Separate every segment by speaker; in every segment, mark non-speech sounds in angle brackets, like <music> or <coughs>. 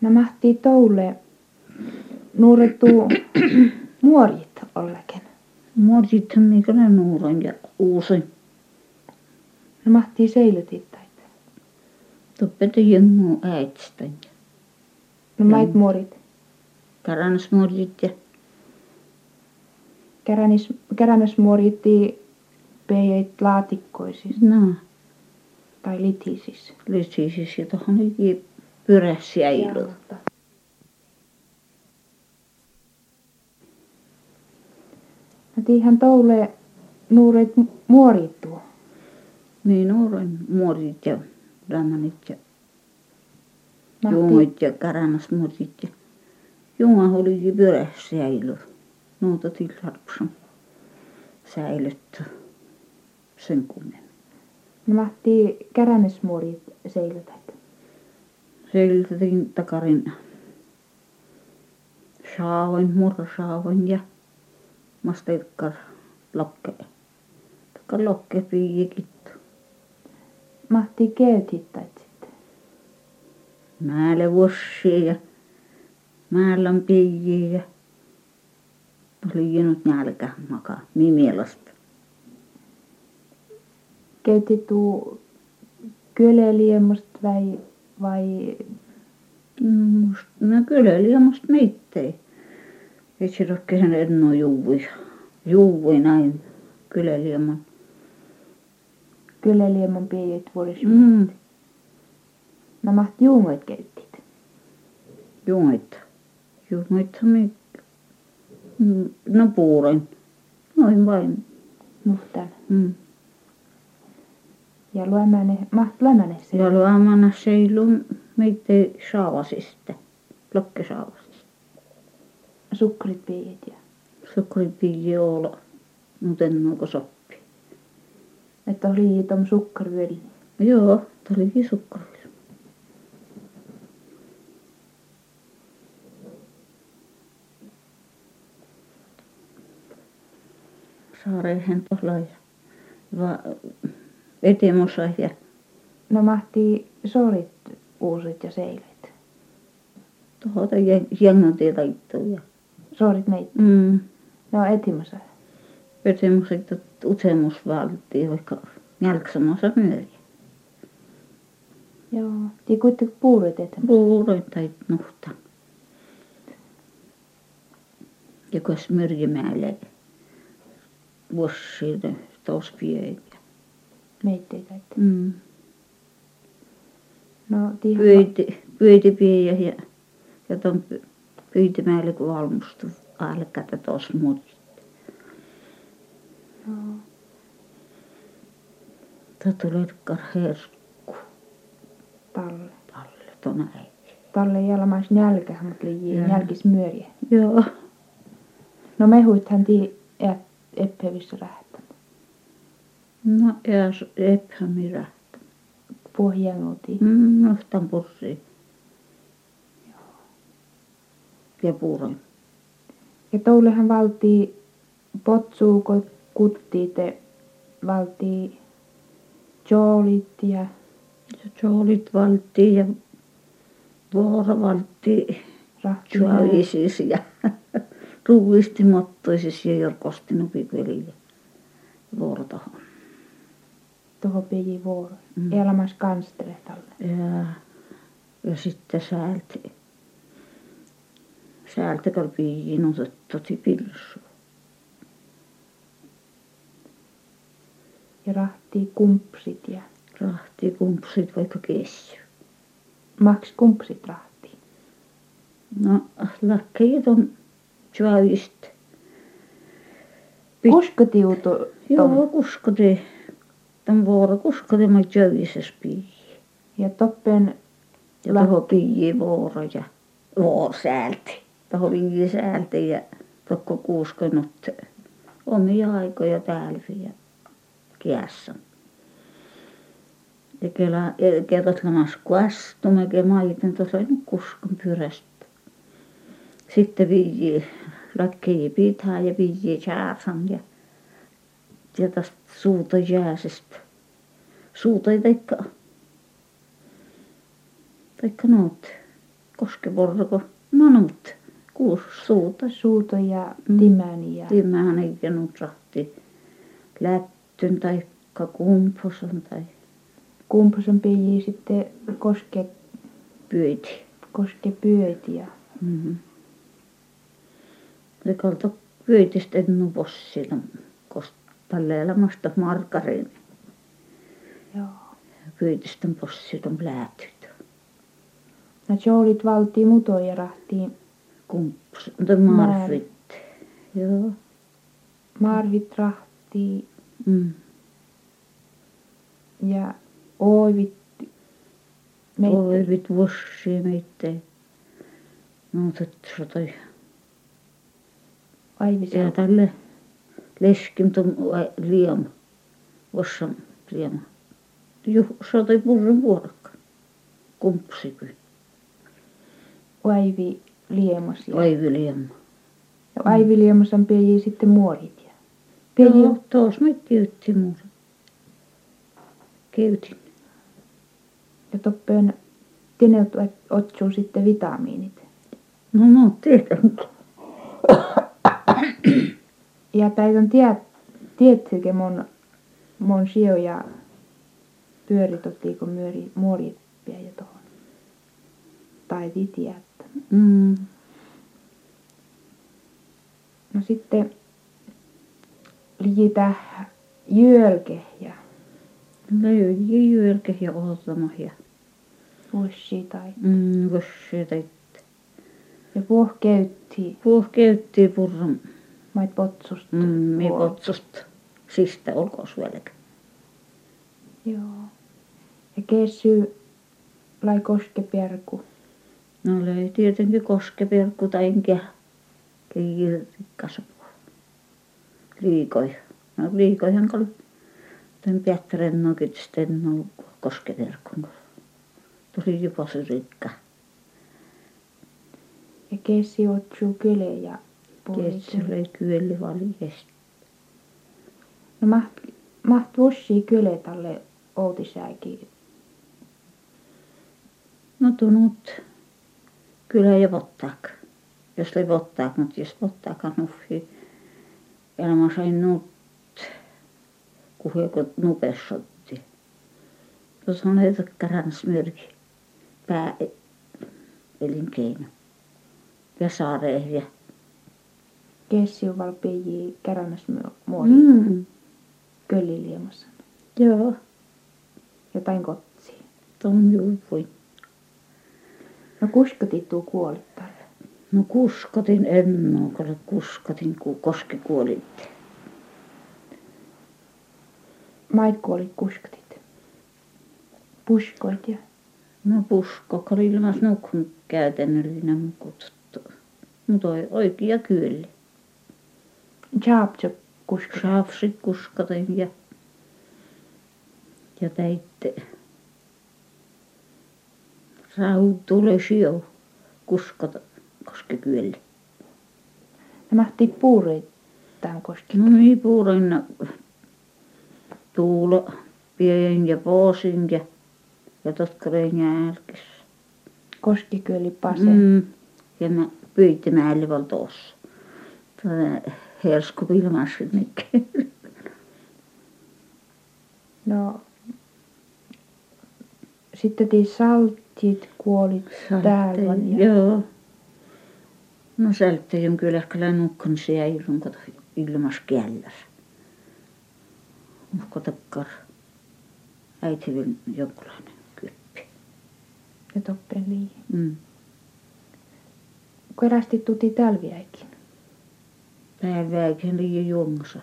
Speaker 1: no mahtivat touhuta nuorettua nuorit ollakin
Speaker 2: Muorithan minä kyllä nuuron ja uusin.
Speaker 1: no mahtivat seilata taita
Speaker 2: Toppete jemmu äitstäni.
Speaker 1: no mait muorit
Speaker 2: Karans muorit ja
Speaker 1: käränis käränäsmuorit peijät laatikkoisissa
Speaker 2: no,
Speaker 1: tai litisissä
Speaker 2: lysisis ja tohon nyt pyrässiä ilu.
Speaker 1: no tiihän touhulle nuoret mu- muorit tuo
Speaker 2: Niin nuuron muorit ja ramanit ja
Speaker 1: mahtivat
Speaker 2: juomit ja karanas muorit ja juoma oli pyrässiä ilu. Nuuta tilharpsan säilyttää sen kummen.
Speaker 1: no mahtivat käränäsmuorit seilata
Speaker 2: Siltäkin takarin saavoin, mursaavoin ja mastikkar lokke. Takar lokke piikittu.
Speaker 1: mahtivat keetit taita sitten
Speaker 2: Määlle vuossi ja määllä on piijiä ja oli jenut nälkä makaa, niin mielestä.
Speaker 1: keitetty kyleliemosta vai, vai
Speaker 2: Must, no kyllä oli ja musta mittei. Ei se ole kehen enno juuvui. Juuvui näin. Kyllä oli ja mun.
Speaker 1: kyleliemon piirit vuodessa? Mm.
Speaker 2: Mm,
Speaker 1: No maht juumoit keittit.
Speaker 2: Jumaita. Jumaita me... Mm, No puuren. Noin vain.
Speaker 1: Nuhtan.
Speaker 2: Mm.
Speaker 1: Ja luemäne, maht luemäne se.
Speaker 2: Ja luomana seilu meitä saavasista. Blokkisaavasista.
Speaker 1: Sukrit piirit ja.
Speaker 2: Sukripilli olla. Muuten onko soppi.
Speaker 1: Että oli tom sukkervyöli.
Speaker 2: Joo, tää olikin sukkarilla. Saareen tuolla ja va, etemossa ja
Speaker 1: No mahti sorit uusit ja seilet.
Speaker 2: Tuota jängöti laittuu ja
Speaker 1: Sorit meit.
Speaker 2: mm,
Speaker 1: No etimassa.
Speaker 2: semmoiset useammus valtii vaikka jälksamassa myöri.
Speaker 1: Joo. Tii kuitenkin puurit etimassa.
Speaker 2: Puuroin tai nuhta. Ja kun smyrjimäelle vuosille taas pieitä.
Speaker 1: Meittei taita.
Speaker 2: Mm.
Speaker 1: No tiihän.
Speaker 2: Pyyti, pyyti piejä ja, ja ton py- pyytimäelle kun valmistu alkaa taas muut.
Speaker 1: Joo.
Speaker 2: Tämä tulee karheersku
Speaker 1: Talle.
Speaker 2: paljon tuonne äiti.
Speaker 1: Talle jalmais nälkä, mut liian
Speaker 2: Joo.
Speaker 1: nälkis myöriä.
Speaker 2: Joo.
Speaker 1: No mehuithan tii et, eppevissä rähtän.
Speaker 2: No ja s- eipä minä.
Speaker 1: Pohjangotiin.
Speaker 2: Mm, nostan pussiin. Ja puuron.
Speaker 1: Ja toulehan valtii potsuukot, kuttiit, valtii joolit ja
Speaker 2: Ja joolit valtti ja vuoro valtti.
Speaker 1: rahtia.
Speaker 2: Juovisis ja <laughs> ruuisti mottoisis ja jorkosti nupikelille. Vuoro tohon.
Speaker 1: Tuohon piji vuoro.
Speaker 2: Mm.
Speaker 1: Mm. Elämäs kanstere talle.
Speaker 2: Ja, ja sitten säälti. Säältä kalpiin otettu tipilsu.
Speaker 1: Ja rahtii kumpsit ja
Speaker 2: Rahti kumpsit vaikka kessy.
Speaker 1: maks kumpsit rahtii.
Speaker 2: No, lakkeet on tjuavist. Pit-
Speaker 1: Kusko tiutu
Speaker 2: Joo, kuskade. Tämän vuoro kuskade mä tjuavises pii.
Speaker 1: ja toppen
Speaker 2: Ja
Speaker 1: Lä-
Speaker 2: tuohon pii vuoro ja vuoro säälti. Tuohon pii säälti ja tokko kuuskenut omia aikoja täällä ja kiässä. Ja kela, kerrotlamas kuastumme, ke maiten tuossa nyt kuskon pyrästä. Sitten vii lakkeja pitää ja vii jääsan ja, ja tästä suuta jääsestä. Suuta ei taikka, taikka noot koskiporro, kun manut, kuusi suuta.
Speaker 1: Suuto ja
Speaker 2: Mm.
Speaker 1: timäni ja
Speaker 2: Tiimähän ei kenut rahti lättyn tai kumposen tai
Speaker 1: kumpusen piji sitten koske,
Speaker 2: pyyti.
Speaker 1: koske pyöti ja
Speaker 2: Mm-hmm. Likalta pyötistä ennu possilla, kostalle elämästä margarin
Speaker 1: joo.
Speaker 2: pyötisten possilla läätyt.
Speaker 1: No joulit valtii mutoja ja rahtiin
Speaker 2: Kumpus, tai marvit. Joo.
Speaker 1: marvit rahtiin
Speaker 2: Mm.
Speaker 1: ja oivit meitä.
Speaker 2: Oivit vossi meitte. No tätä tai
Speaker 1: Oivit.
Speaker 2: ja tälle leskim tuon liam. Vossam liam. Juh, satoi purren vuorokka. Kumpsikin.
Speaker 1: Oivi liemos ja,
Speaker 2: Oivi liam.
Speaker 1: ja oivi liemos on piji sitten muorit ja piji
Speaker 2: Joo, taas me kyyttiin muuta. Kyytin.
Speaker 1: ja toppeen teneut otsuu sitten vitamiinit.
Speaker 2: No no, tietenkin.
Speaker 1: Ja taitan tiet, tiettikö mun, mun sio ja pyörit ottiiko myöri, muorippia ja tohon. Tai tiet.
Speaker 2: Mm.
Speaker 1: No sitten liitä jölke ja
Speaker 2: Löi jyrkä ja oltama ja
Speaker 1: ussi tai
Speaker 2: mm, vossi tai
Speaker 1: ja puhkeytti
Speaker 2: Puhkeyttiin purran
Speaker 1: mait potsusta.
Speaker 2: mm, me
Speaker 1: puol-
Speaker 2: kotsust. Sistä olkoon vieläkin.
Speaker 1: Joo. Ja kesy lai koskepierku.
Speaker 2: No löi tietenkin koskeperkku tai enkä liikassa Liikoi. No liikoihan kun tämän Pietaren nokit sitten no koskeperkun. Tuli jopa syrikkä.
Speaker 1: Ja kesy otsuu kyle ja
Speaker 2: Tietysti
Speaker 1: puolikyl.
Speaker 2: oli kyölli valjesti.
Speaker 1: No maht, maht ussi kyle talle outisääki.
Speaker 2: No tunnut. Kyllä ei vottaak. Jos ei vottaak, mutta jos vottaakaan nuffi. Ja mä sain nut. Kuhjako nupessotti. Tuossa on etä karansmyrki. Pää e- elinkeino. Ja saarehja.
Speaker 1: Kesy valpii kärännäs muori mm.
Speaker 2: Mm.
Speaker 1: köliliemassa.
Speaker 2: Joo.
Speaker 1: Jotain kotsi.
Speaker 2: Tuon juupui.
Speaker 1: No kuskotittuu kuolit talle.
Speaker 2: No kuskotin enno, kun kuskotin, kun koski kuolitte.
Speaker 1: Mait kuolit kuskotit. Puskoit ja
Speaker 2: No pusko, kun oli ilmas nukkun käytännöllinen mukutsuttu. Mutta oi, oikea kyllä.
Speaker 1: jaapsop kuskotit.
Speaker 2: Saafsi kuskatin ja, ja teitte. Rauh tulee sio kuskata, koske kyllä.
Speaker 1: Nämä tippuurit tämän koski.
Speaker 2: No niin, puurin tuulo, pien ja poosin ja, ja totkarin jälkis.
Speaker 1: Koskikyöli pase. Mm.
Speaker 2: Mm. Ja mä pyytin mä älyvän tuossa. Tämä hersku pilmasit nytkin.
Speaker 1: No. Sitten tii saltit kuolit täällä. Ja...
Speaker 2: Joo. No sältä jön kyllä kyllä nukkon se ei runko ilmas kielläs. Uhko takkar. Äiti vil jonkunlainen kyppi.
Speaker 1: ja toppen lii.
Speaker 2: Mm.
Speaker 1: Kun erästi tuti tälviäikin.
Speaker 2: Päivääkin liian juomassa.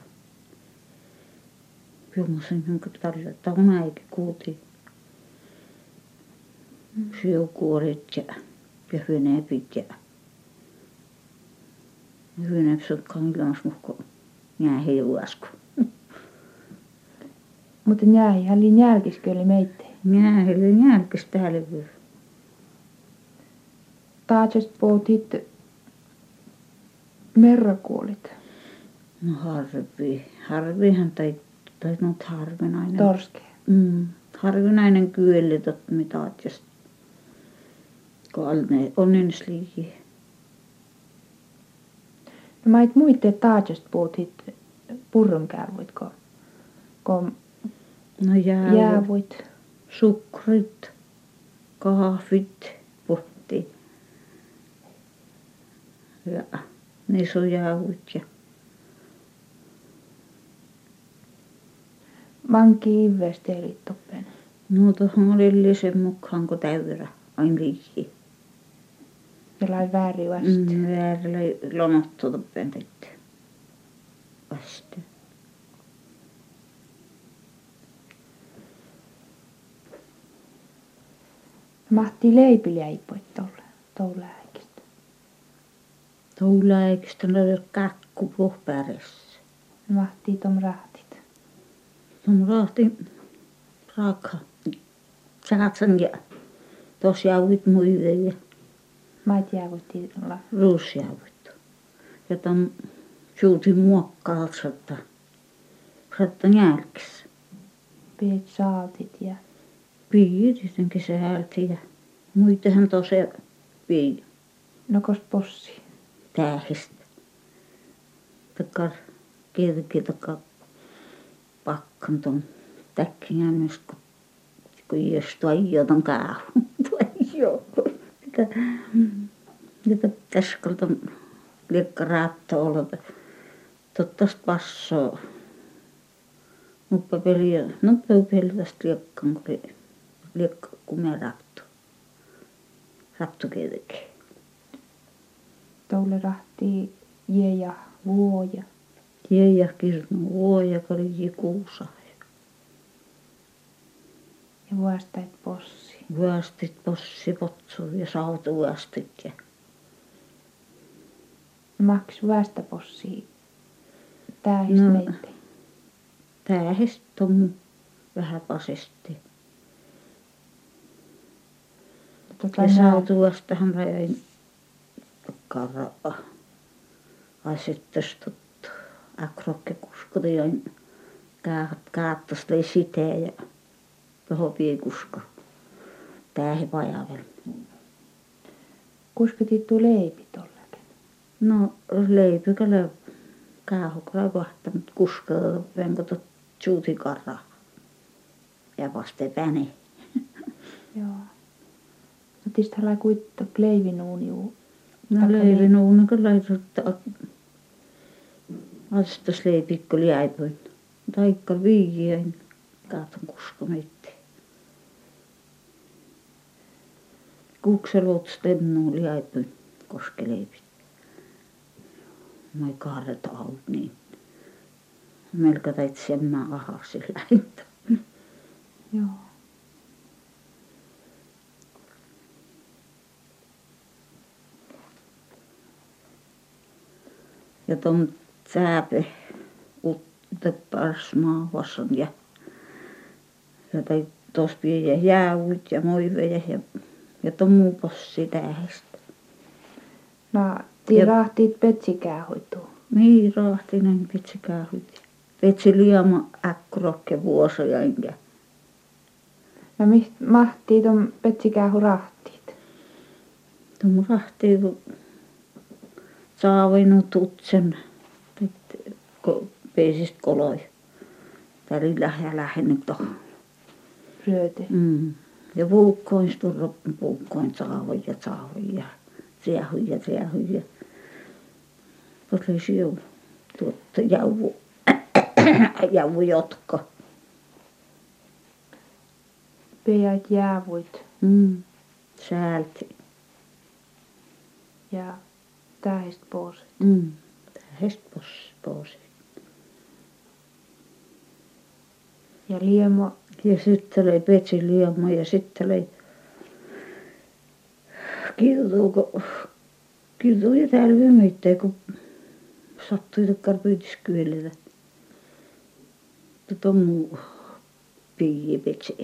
Speaker 2: Juomassa jonka tällä tämä äiti kuuti. Siukuorit ja, ja hynepit ja hynepsukkaan ilmas muhko jää hiuasku.
Speaker 1: Mutta jäi ihan liin jälkiskyöli meitä.
Speaker 2: Jää hiuasku jälkis täällä vyö.
Speaker 1: Taatses poutit merrakuolit.
Speaker 2: No harvi, harvihan tai, tai no harvinainen.
Speaker 1: Torske.
Speaker 2: Mm, harvinainen kyllä tot mitä oot, jos kun oli ne onnensligi.
Speaker 1: No mä et muitte, että taajasta puhutit purrun kärvuitko? Kun
Speaker 2: No jää,
Speaker 1: jäävuit.
Speaker 2: sukrit, kahvit, puhuttiin. Ja niissä on jauhut ja
Speaker 1: Vanki investeerit toppen.
Speaker 2: no tuohon oli lisen mukaan kun täyrä aina liikki.
Speaker 1: Jollain väärin vasta. Mm.
Speaker 2: Mm, väärä oli lonottu toppen tyttö. Vasta.
Speaker 1: Mahti leipiliä ipoit tuolla. Tuolla äikistä.
Speaker 2: Tuulla eikö tänne kakku pohpärissä.
Speaker 1: Mahti tom rahtit.
Speaker 2: Tuon rahti raaka. Sanatsan ja tosiaavit muiveen ja
Speaker 1: Mä et jäävuitti olla.
Speaker 2: ruusjauvet. Ja tämän suuti muokkaa satta. Satta järkis.
Speaker 1: Piet saaltit ja
Speaker 2: Piiritin kesäälti ja muitahan tosi vii
Speaker 1: nokost
Speaker 2: <laughs>
Speaker 1: possi.
Speaker 2: päähistä. Takar kirki takar pakkan tuon täkkin jäännös, kun kun jos tuo jotain kaahu. Tuo joku. Mitä tuota täskalta liekka raatto olla. Tottavasti passoo. Nuppa peliä, nuppa peliä tästä liekkaan, kun li- liekka kumea raatto. Raatto kirki.
Speaker 1: Tuolla rahti jee ja vuoja.
Speaker 2: Tiedä kirnu vuoja, kalisi kuusa.
Speaker 1: Ja vuostait possi.
Speaker 2: Vyöstit, possi, potsu ja sautu vyöstit. Ja
Speaker 1: Maks vuosta possi. Tää
Speaker 2: No.
Speaker 1: no.
Speaker 2: päähist tomu vähän pasisti.
Speaker 1: Tota
Speaker 2: Ja
Speaker 1: nää-
Speaker 2: sautu vyöstähän mä jäin karaa. Ai sitten tuttu. Akrokki kuskuri jäin kaattas lei siteen ja tuohon vii kuska. Päähi pajavel.
Speaker 1: Kuskitit tuu leipi tollakin.
Speaker 2: No leipikäle käähukra kohta, mutta kuskaa venko tot suutikara. Ja vaste päni.
Speaker 1: Joo. Otis tällä kuittu kleivin uuniu.
Speaker 2: No
Speaker 1: Taka
Speaker 2: leivi nuuna kyllä laituttaa. Astas leipikko jäipuin. Taikka viijien. Kaatan kusko mitti. Kukselut stemnu jäipuin. Koske leipit. Mä kaaret aut niin. Melko teit semmää ahasi lähintä.
Speaker 1: Joo.
Speaker 2: ja tuon sääpe uutta parsmaa vassan ja ja tai tospia ja jäävut ja moiveja ja ja tuon muu possi tähästä.
Speaker 1: No,
Speaker 2: Ja-
Speaker 1: tii rahtiit petsikää hoituu.
Speaker 2: Niin rahtinen pitsi käähyt. Petsi liama äkkurokke vuosoja enkä.
Speaker 1: No, mist mahtii ton petsikäähu rahtiit?
Speaker 2: Tuon rahti saavinu tutsen. Teit ko, peisist koloi. Täli lähe lähennyt tohon.
Speaker 1: Ryöty.
Speaker 2: Mm. Ja puukkoin sturra puukkoin saavoi ja saavoi ja siehui ja siehui ja tuli siu tuotta jauvu, <coughs> jauvu jotka.
Speaker 1: Pejät jäävuit
Speaker 2: Mm. Säälti.
Speaker 1: ja tähist pois.
Speaker 2: Mm. Hespos pois.
Speaker 1: Ja liemo
Speaker 2: Ja sitten oli petsi liema ja sitten oli kiutuuko kiutuu ja täällä vymyttää kun sattui takkar pyytiskyylillä. Tota muu piiä petsi.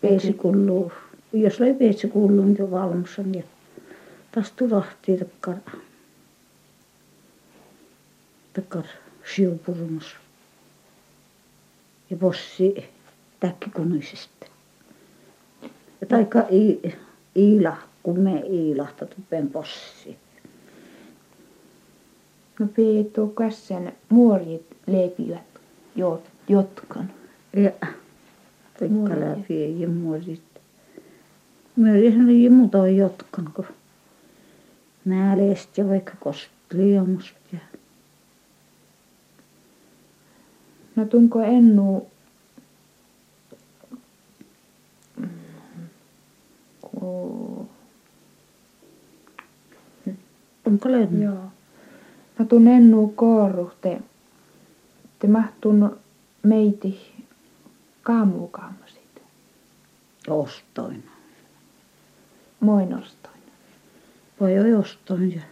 Speaker 2: Petsi kulluu. Jos oli petsi kulluu, niin se valmis on ja taas tulahtii takkar. Takkar siupurumus ja possi täkkikunuisesta. taikka i, Iila, kun me Iilahta tupen possi.
Speaker 1: No Piitu kässen muorit leipivät jot, jotkan.
Speaker 2: Ja
Speaker 1: Muorit.
Speaker 2: taikka läpi ja muorit. Myöri sanoi, että muuta on jotkan, kun mä leest ja vaikka kostliomusta. Ja
Speaker 1: No tunko ennu... Mm, ku-
Speaker 2: onko löytynyt?
Speaker 1: Joo. Mä tuun ennu kooruhte. Te mahtun meiti kaamukaamosit.
Speaker 2: Ostoin.
Speaker 1: Moinostoin.
Speaker 2: Voi oi ostoin ja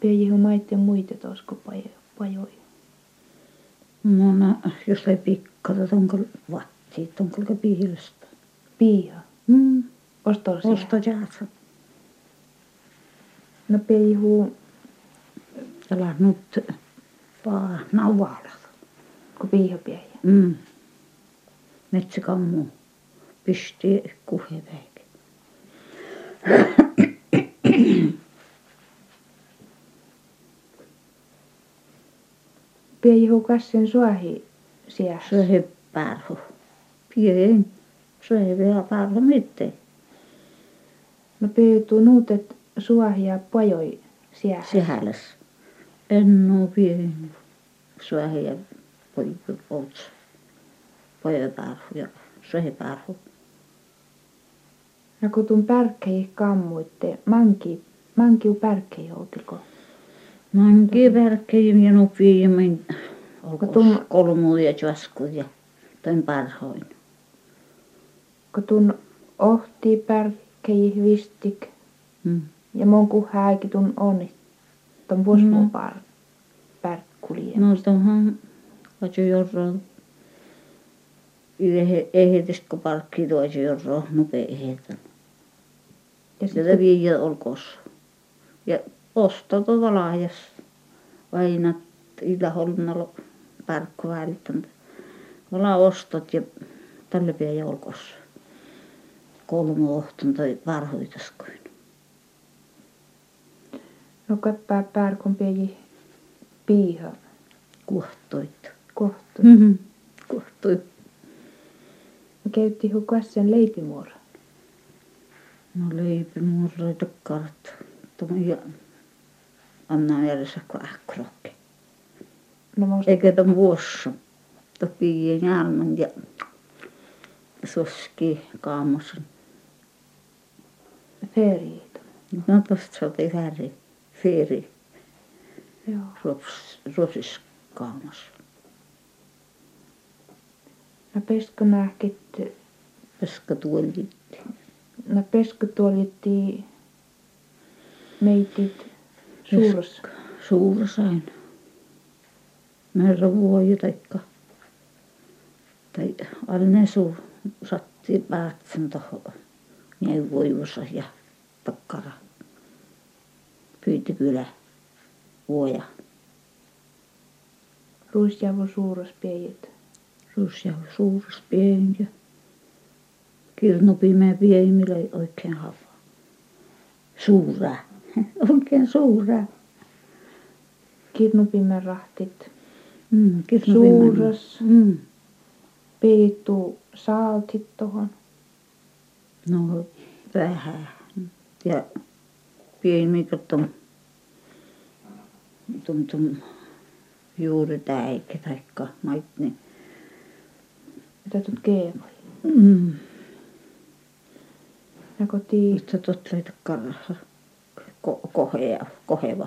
Speaker 1: Piejihu maitten muite tosku pajo- pajoi.
Speaker 2: mona, jos ei pikkata, onko vattiit, onko piilosta.
Speaker 1: Piia.
Speaker 2: Mm,
Speaker 1: Ostosia.
Speaker 2: osta jäätä.
Speaker 1: No piejihu,
Speaker 2: Älä nyt äh, vaan nauvala.
Speaker 1: kun piiho piejä.
Speaker 2: Mm. Metsäkammu pisti kuheveik.
Speaker 1: Piejihu kassin suohi siässä.
Speaker 2: Se he pärhu. Pien. Se he vielä pärhu mitte.
Speaker 1: No piejihu nuutet suohi ja pajoi siässä.
Speaker 2: Sihäles. En oo pien. Se he ja poikin pouts. Poja pärhu ja se he pärhu.
Speaker 1: No kun tuun pärkkei kammuitte, manki, mankiu pärkkei joutilko.
Speaker 2: Manki värkkejä ja nupia ja min. Olko
Speaker 1: Tuo-
Speaker 2: kolmu ja juaskud ja toin pärhoin.
Speaker 1: kun tun ohti pärkei vistik
Speaker 2: Mm.
Speaker 1: ja mon kuhääki tun onni ton
Speaker 2: No.
Speaker 1: vuospopar pärkkulien.
Speaker 2: No tuohon ajo jorro. Yhe ehetisko parkki tuo ajo jorro nopea ehetän.
Speaker 1: ja
Speaker 2: Sitä
Speaker 1: sitten
Speaker 2: viijä olkos. Ja osta tuota laajas. Vainat illä holmalla parkku välttämättä. Ola ostot ja tälle pieniä olkos. Kolme ohton tai parhoitaskuin.
Speaker 1: no käppää pärkun pieni piiha
Speaker 2: Kuhtoit.
Speaker 1: kohtu. Mm.
Speaker 2: Mhm. Kuhtoit.
Speaker 1: Käytti hukassen leipimuora.
Speaker 2: No leipi murroita kartta. Tuomia anna järjestä kahkrokki.
Speaker 1: No musta
Speaker 2: Eikä tämän vuossa. Topi ja järmen ja suski kaamosen.
Speaker 1: feriit.
Speaker 2: No tosta sopi väri. Fiiri
Speaker 1: Joo.
Speaker 2: ruops- ruosis kaamos.
Speaker 1: No pesku nähkit,
Speaker 2: Peska tuolit.
Speaker 1: no pesku tuolitti meitit suurs.
Speaker 2: Suursain. Merra vuoju taikka. Tai alne suu satti päätsen toho. Neuvoivussa ja takkara. Pyyti kylä. Vuoja.
Speaker 1: Ruisjavu suurus piejit.
Speaker 2: Ruus ja suurus pieni. ja Kirnu pimeä pieni, millä ei oikein halua. Suuraa. <laughs> Oikein suuraa.
Speaker 1: Kirnupimen rahtit.
Speaker 2: Mm, kirnu pimeä.
Speaker 1: Suuras.
Speaker 2: Mm.
Speaker 1: Piitu saaltit tohon.
Speaker 2: No vähän. Ja pienikä tuon tum, tum, juuri täikä taikka mait, niin.
Speaker 1: Mitä tuot keemoi?
Speaker 2: Mm.
Speaker 1: Ja koti
Speaker 2: Itse tuot leitä karha. Ko, kohea, koheva.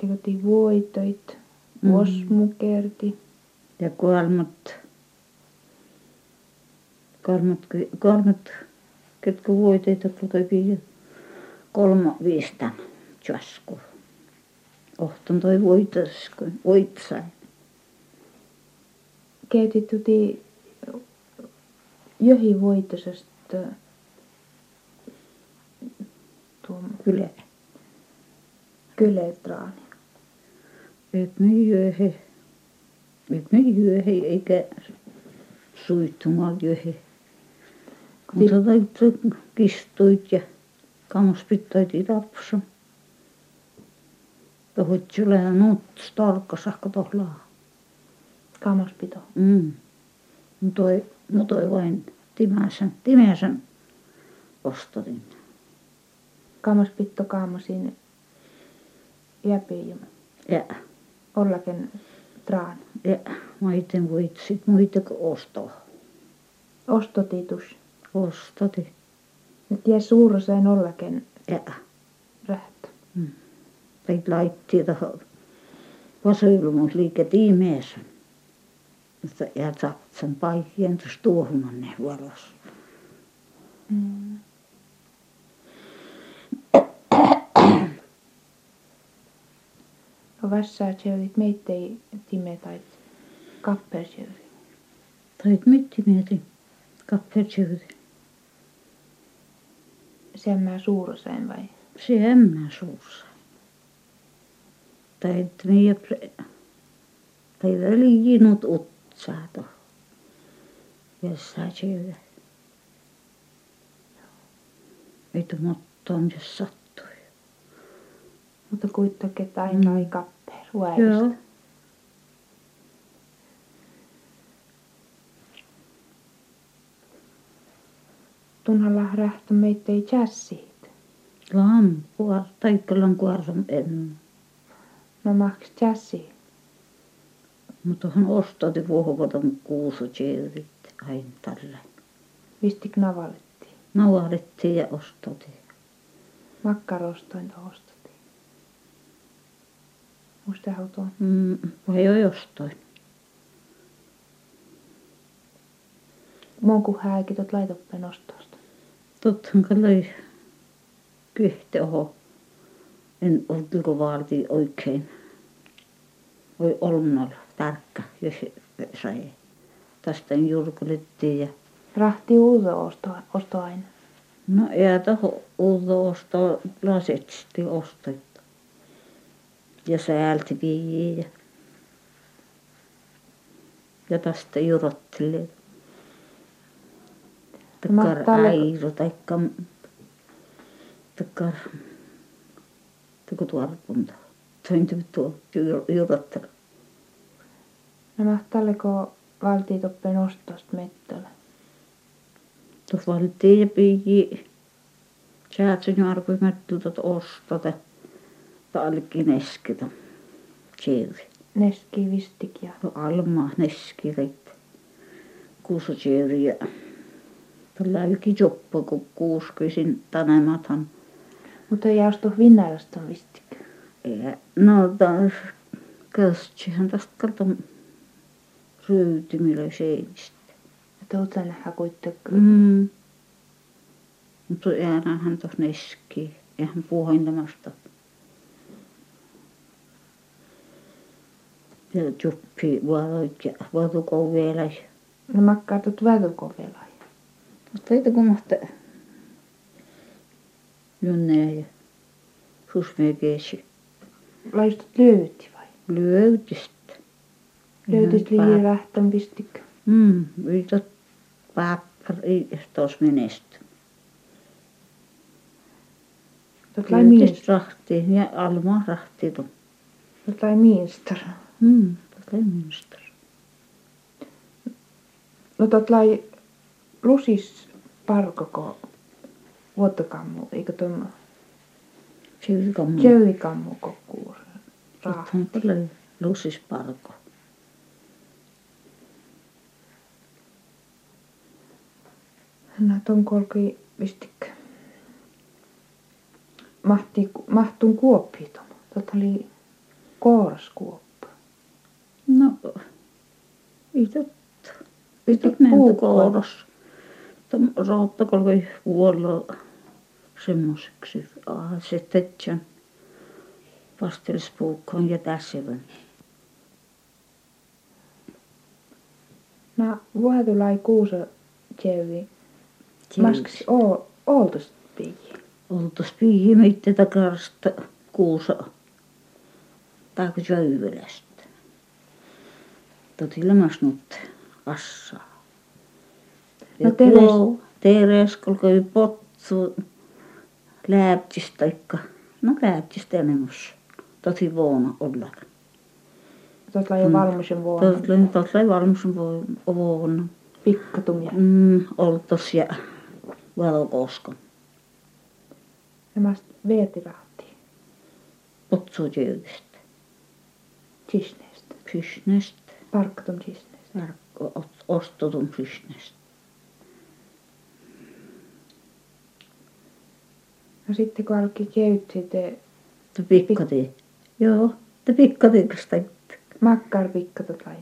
Speaker 1: te koti voitoit,
Speaker 2: Mm.
Speaker 1: osmukerti,
Speaker 2: Ja kolmat, kolmat, ky- kolmat, ketkä voiteita kutoi piiä. Kolma viistän, tjasku. Ohton toi voitasku, voitsain.
Speaker 1: käytit tuti johi voitosesta tuon
Speaker 2: Kyllä.
Speaker 1: kyletraani.
Speaker 2: niin Et me jöhe, et me jöhe, eikä niin suittumaan johi.
Speaker 1: Sit-
Speaker 2: Kun sä täytät kistuit ja kamuspittait itapsa. Tohut sillä nuut starkka tohlaa.
Speaker 1: Kamospito.
Speaker 2: Mm. Mut toi, mut toi vain timäsen, timäsen ostatin.
Speaker 1: Kamospitto kaamosin jäpiim.
Speaker 2: Ja,
Speaker 1: Ollaken traan.
Speaker 2: ja mä iten voit sit muita ostaa.
Speaker 1: Ostotitus.
Speaker 2: Ostati.
Speaker 1: Tie suurusen ollaken
Speaker 2: Ja.
Speaker 1: rähtö.
Speaker 2: tai laitti tuohon vasoilmusliiketiimeessä. Mutta ja saksan paikien tuossa tuohon ne vuorossa.
Speaker 1: Mm. No vassaa tjöydit meittei timme tai kappersjöydit.
Speaker 2: Tai mytti mieti, kappertsyyty.
Speaker 1: Sen mä suurusen vai?
Speaker 2: Se emmä suussa. Tai et mie pre... Tai välijinut utsaa tuohon. Jossain syyä. Ei tuomottoon, jos sattui.
Speaker 1: Mutta kuitenkin että aina
Speaker 2: Mm.
Speaker 1: ei kapper.
Speaker 2: Joo.
Speaker 1: Huolista. Tunhalla rähtö meittei chassiit.
Speaker 2: Lampua, taikkalan kuorsan en.
Speaker 1: No maks chassi.
Speaker 2: Mutta hän ostati vuohovaton kuusu tjeirit aina tälle.
Speaker 1: Vistik navaletti.
Speaker 2: Nauharettiin ja ostati.
Speaker 1: Makkarostointa ostotiin. Musta hautoon.
Speaker 2: Mm, vai jo ostoin.
Speaker 1: Muun kun hääkitot laitoppen ostosta.
Speaker 2: Tottahan kai löi kyhte oho. En oltiko vaati oikein. Voi olmnolla tarkka, jos sai. Tästä en julklettiin ja
Speaker 1: Rahti uudo osto, osto aina.
Speaker 2: No ja tuohon uudo ostaa lasetsti ostettu. Ja säälti piiä. ja- Ja tästä jurottelee. Takkar
Speaker 1: Mahtaa olla-
Speaker 2: airu taikka... Takkar... Taikka tuorpunta. Tointi tuo jur- jurottelu.
Speaker 1: No mahtaleko valtiitoppen ostosta mettöllä?
Speaker 2: Tuossa oli tiipiä. Säätsin arvoi mättyltä ostata. Talkin eskitä. Tjeeri.
Speaker 1: Neski vistik ja
Speaker 2: No alma neskirit. Kuusu tjeeri. ja Tällä yki joppa kun kuuskisin tanematan.
Speaker 1: Mutta ei ostu vinnailaston vistik.
Speaker 2: Ja no taas. Käsihän tästä kalta ryytimillä seinistä.
Speaker 1: Että uutsan nähdä kuitenkin.
Speaker 2: Mm. Mutta äänähän tuossa neski. Eihän puohintamasta. Ja juppi varoit ja varuko vielä.
Speaker 1: No makkaatut välukovelai.
Speaker 2: Mutta ei kumasta. Junne ja susmekeesi
Speaker 1: Laistut lyöyti vai?
Speaker 2: löytistä.
Speaker 1: Löytyt liian rähtön vistik.
Speaker 2: Mm, ei tot pappar, ei tos menesty.
Speaker 1: Tot lai
Speaker 2: Löytistä
Speaker 1: miinstara.
Speaker 2: rahtiin ja alma rahtiin. tuon.
Speaker 1: Tot lai miinstara.
Speaker 2: Mm, tot ei minusta.
Speaker 1: No tot lai lusis parkoko vuotokammu, eikö tuon Mm.
Speaker 2: Kylkammo.
Speaker 1: jöylikammu kokkuur.
Speaker 2: Sitten tulee lussisparko.
Speaker 1: No ton kolki vistik. Mahti, mahtun kuoppi tuon. Tot oli kooraskuoppa.
Speaker 2: No, ei totta. Ei
Speaker 1: Sitten
Speaker 2: totta näin
Speaker 1: puukko.
Speaker 2: kouros. Rohta kolme vuolla semmoiseksi. Ah, se tetsän pastelispuukkoon ja täsivän.
Speaker 1: No vuotulai kuuso jöyli. Masks oo oltus piiki.
Speaker 2: Oltais piihimitte takarasta kuusa. Taiko jöyvelästä. Tot ilmasnut assaa.
Speaker 1: No
Speaker 2: Ja
Speaker 1: teres-
Speaker 2: tuo teres, kun käy potsu lääptistä, ikka. no lääptistä enemmässä. Tosi vuonna olla.
Speaker 1: Tuossa on jo
Speaker 2: Mm.
Speaker 1: valmisen vuonna.
Speaker 2: Tuossa oli- tuossa oli valmis vu- vuonna.
Speaker 1: Pikkatumia.
Speaker 2: Mm, ollut tosia valokoska.
Speaker 1: Ja mä veeti rahtiin.
Speaker 2: Potsutyöstä,
Speaker 1: Chisneestä.
Speaker 2: pysnestä,
Speaker 1: Parkkatum chisneestä.
Speaker 2: verkko- ot- ostotun pysnestä.
Speaker 1: No sitten kun alkoi keyt sitten
Speaker 2: Te pikkati. Joo, te pikkatiikasta.
Speaker 1: makkar pikkatut lai.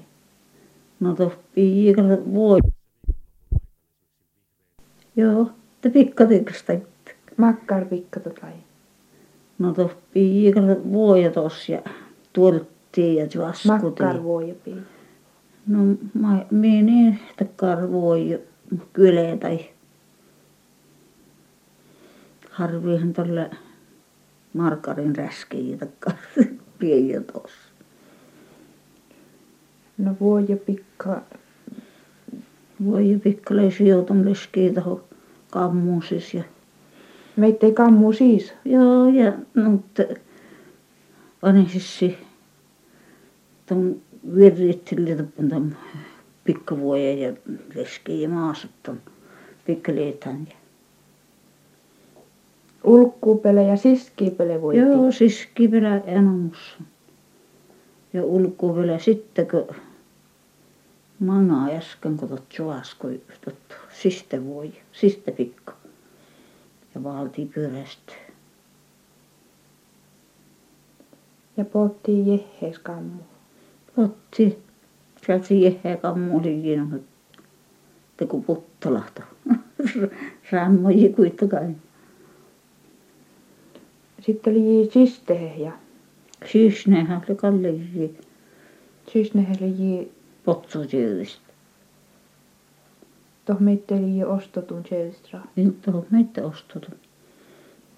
Speaker 2: No tuossa piikalla voi. Joo, te pikkatiikasta.
Speaker 1: Makkar pikkatut lai.
Speaker 2: No tuossa piikalla voi ja tossa ja tuoltiin ja
Speaker 1: Makkar
Speaker 2: vaskutiin.
Speaker 1: vuojapi.
Speaker 2: No mä, minä niin, että karvoi kyleen tai harviihan tuolle markarin räskiin tai <laughs> karvien tuossa.
Speaker 1: No vuojapikka.
Speaker 2: Voi ja pikkaleen sijoitun leskiin tuohon kammuun siis ja
Speaker 1: Meitä ei kammu siis.
Speaker 2: Joo, ja no, mutta aina siis se tuon virritteli tuon pikkavuoja ja leski ja maassa tuon pikkaliitan.
Speaker 1: Ulkkuupele ja siskiipele
Speaker 2: Ja, joo,
Speaker 1: vuojapi.
Speaker 2: siis kivelä enomussa. Ja ulkoa vielä sitten, kun manga äsken, kun tuot suas, kun tuot siste voi, siste pikka. Ja valti pyrästä.
Speaker 1: Ja polttiin jehees kammu.
Speaker 2: Otti. Se siihen kammuli hieno. Teku <laughs> puttolahta. Rammoji kuitenkaan.
Speaker 1: Sitten oli sistehe ja
Speaker 2: Syysnehän oli kallisi
Speaker 1: sisnehe oli
Speaker 2: potsutyöstä.
Speaker 1: tuohon meitä oli ostotun seistra.
Speaker 2: Nyt tuohon meitä ostotu.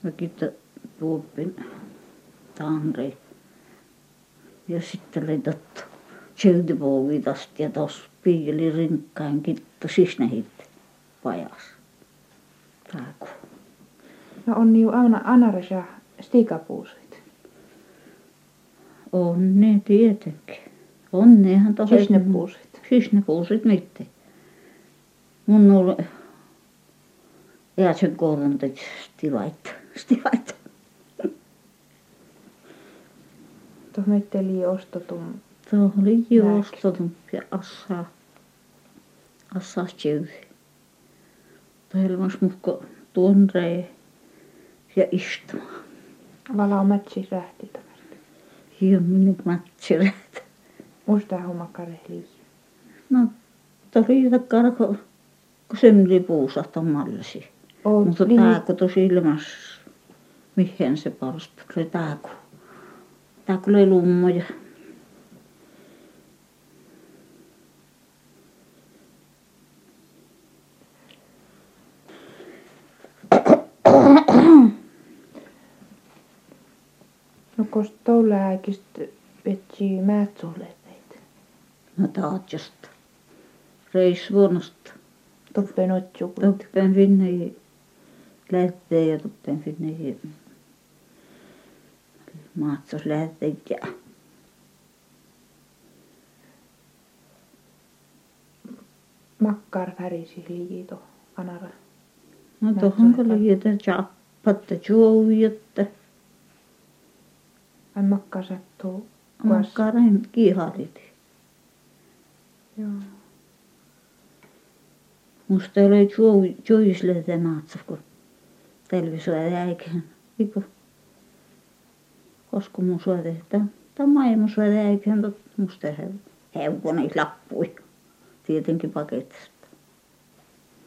Speaker 2: Ja kiitä tuopin tanri. Ja sitten oli tottu. Syltipuovi tästä ja tos piili rinkkaan kittu sisnehit pajas. Taaku.
Speaker 1: No on niin aina anarasa stikapuusit.
Speaker 2: On ne tietenkin. On nehän tosi.
Speaker 1: Sisnepuusit.
Speaker 2: Siis ne kuusit mitte. Mun oli... Ja sen koulun teki stilait. Stilait.
Speaker 1: Tuohon meitä oli Mm. ostotun.
Speaker 2: Tuo oli
Speaker 1: Lääke.
Speaker 2: juostunut ja assa. Assa tjyy. Tuo helmas muhko tuonree ja istuma.
Speaker 1: Valao mätsi rähti tämä.
Speaker 2: Hion minut matsilät.
Speaker 1: Musta hommakare liian.
Speaker 2: No, tori karko, kun se oli puusahta mallasi.
Speaker 1: Oot
Speaker 2: Mutta
Speaker 1: lii-
Speaker 2: tääkö tosi ilmas, mihin se parasta tuli tääkö. Tääkö oli lummoja.
Speaker 1: No kos tuolla äkist vetsi määtsuhleet.
Speaker 2: No taatjasta. Reis vuonosta.
Speaker 1: Toppen otsukut.
Speaker 2: Toppen finne lähtee ja toppen finne maatsos lähtee ja No
Speaker 1: Makkar värisi liito. Anara.
Speaker 2: No tuohon kyllä jätä chappatta juovijatta.
Speaker 1: Ai makkar sattuu. kuas.
Speaker 2: Makkarin kiharit.
Speaker 1: Joo.
Speaker 2: Musta oli juovisille te maatsa, kun televisioida äikään. Iku. Koska mun suote, että tämä ei mun suote äikään, tot musta he, hevonen lappui. Tietenkin paketista.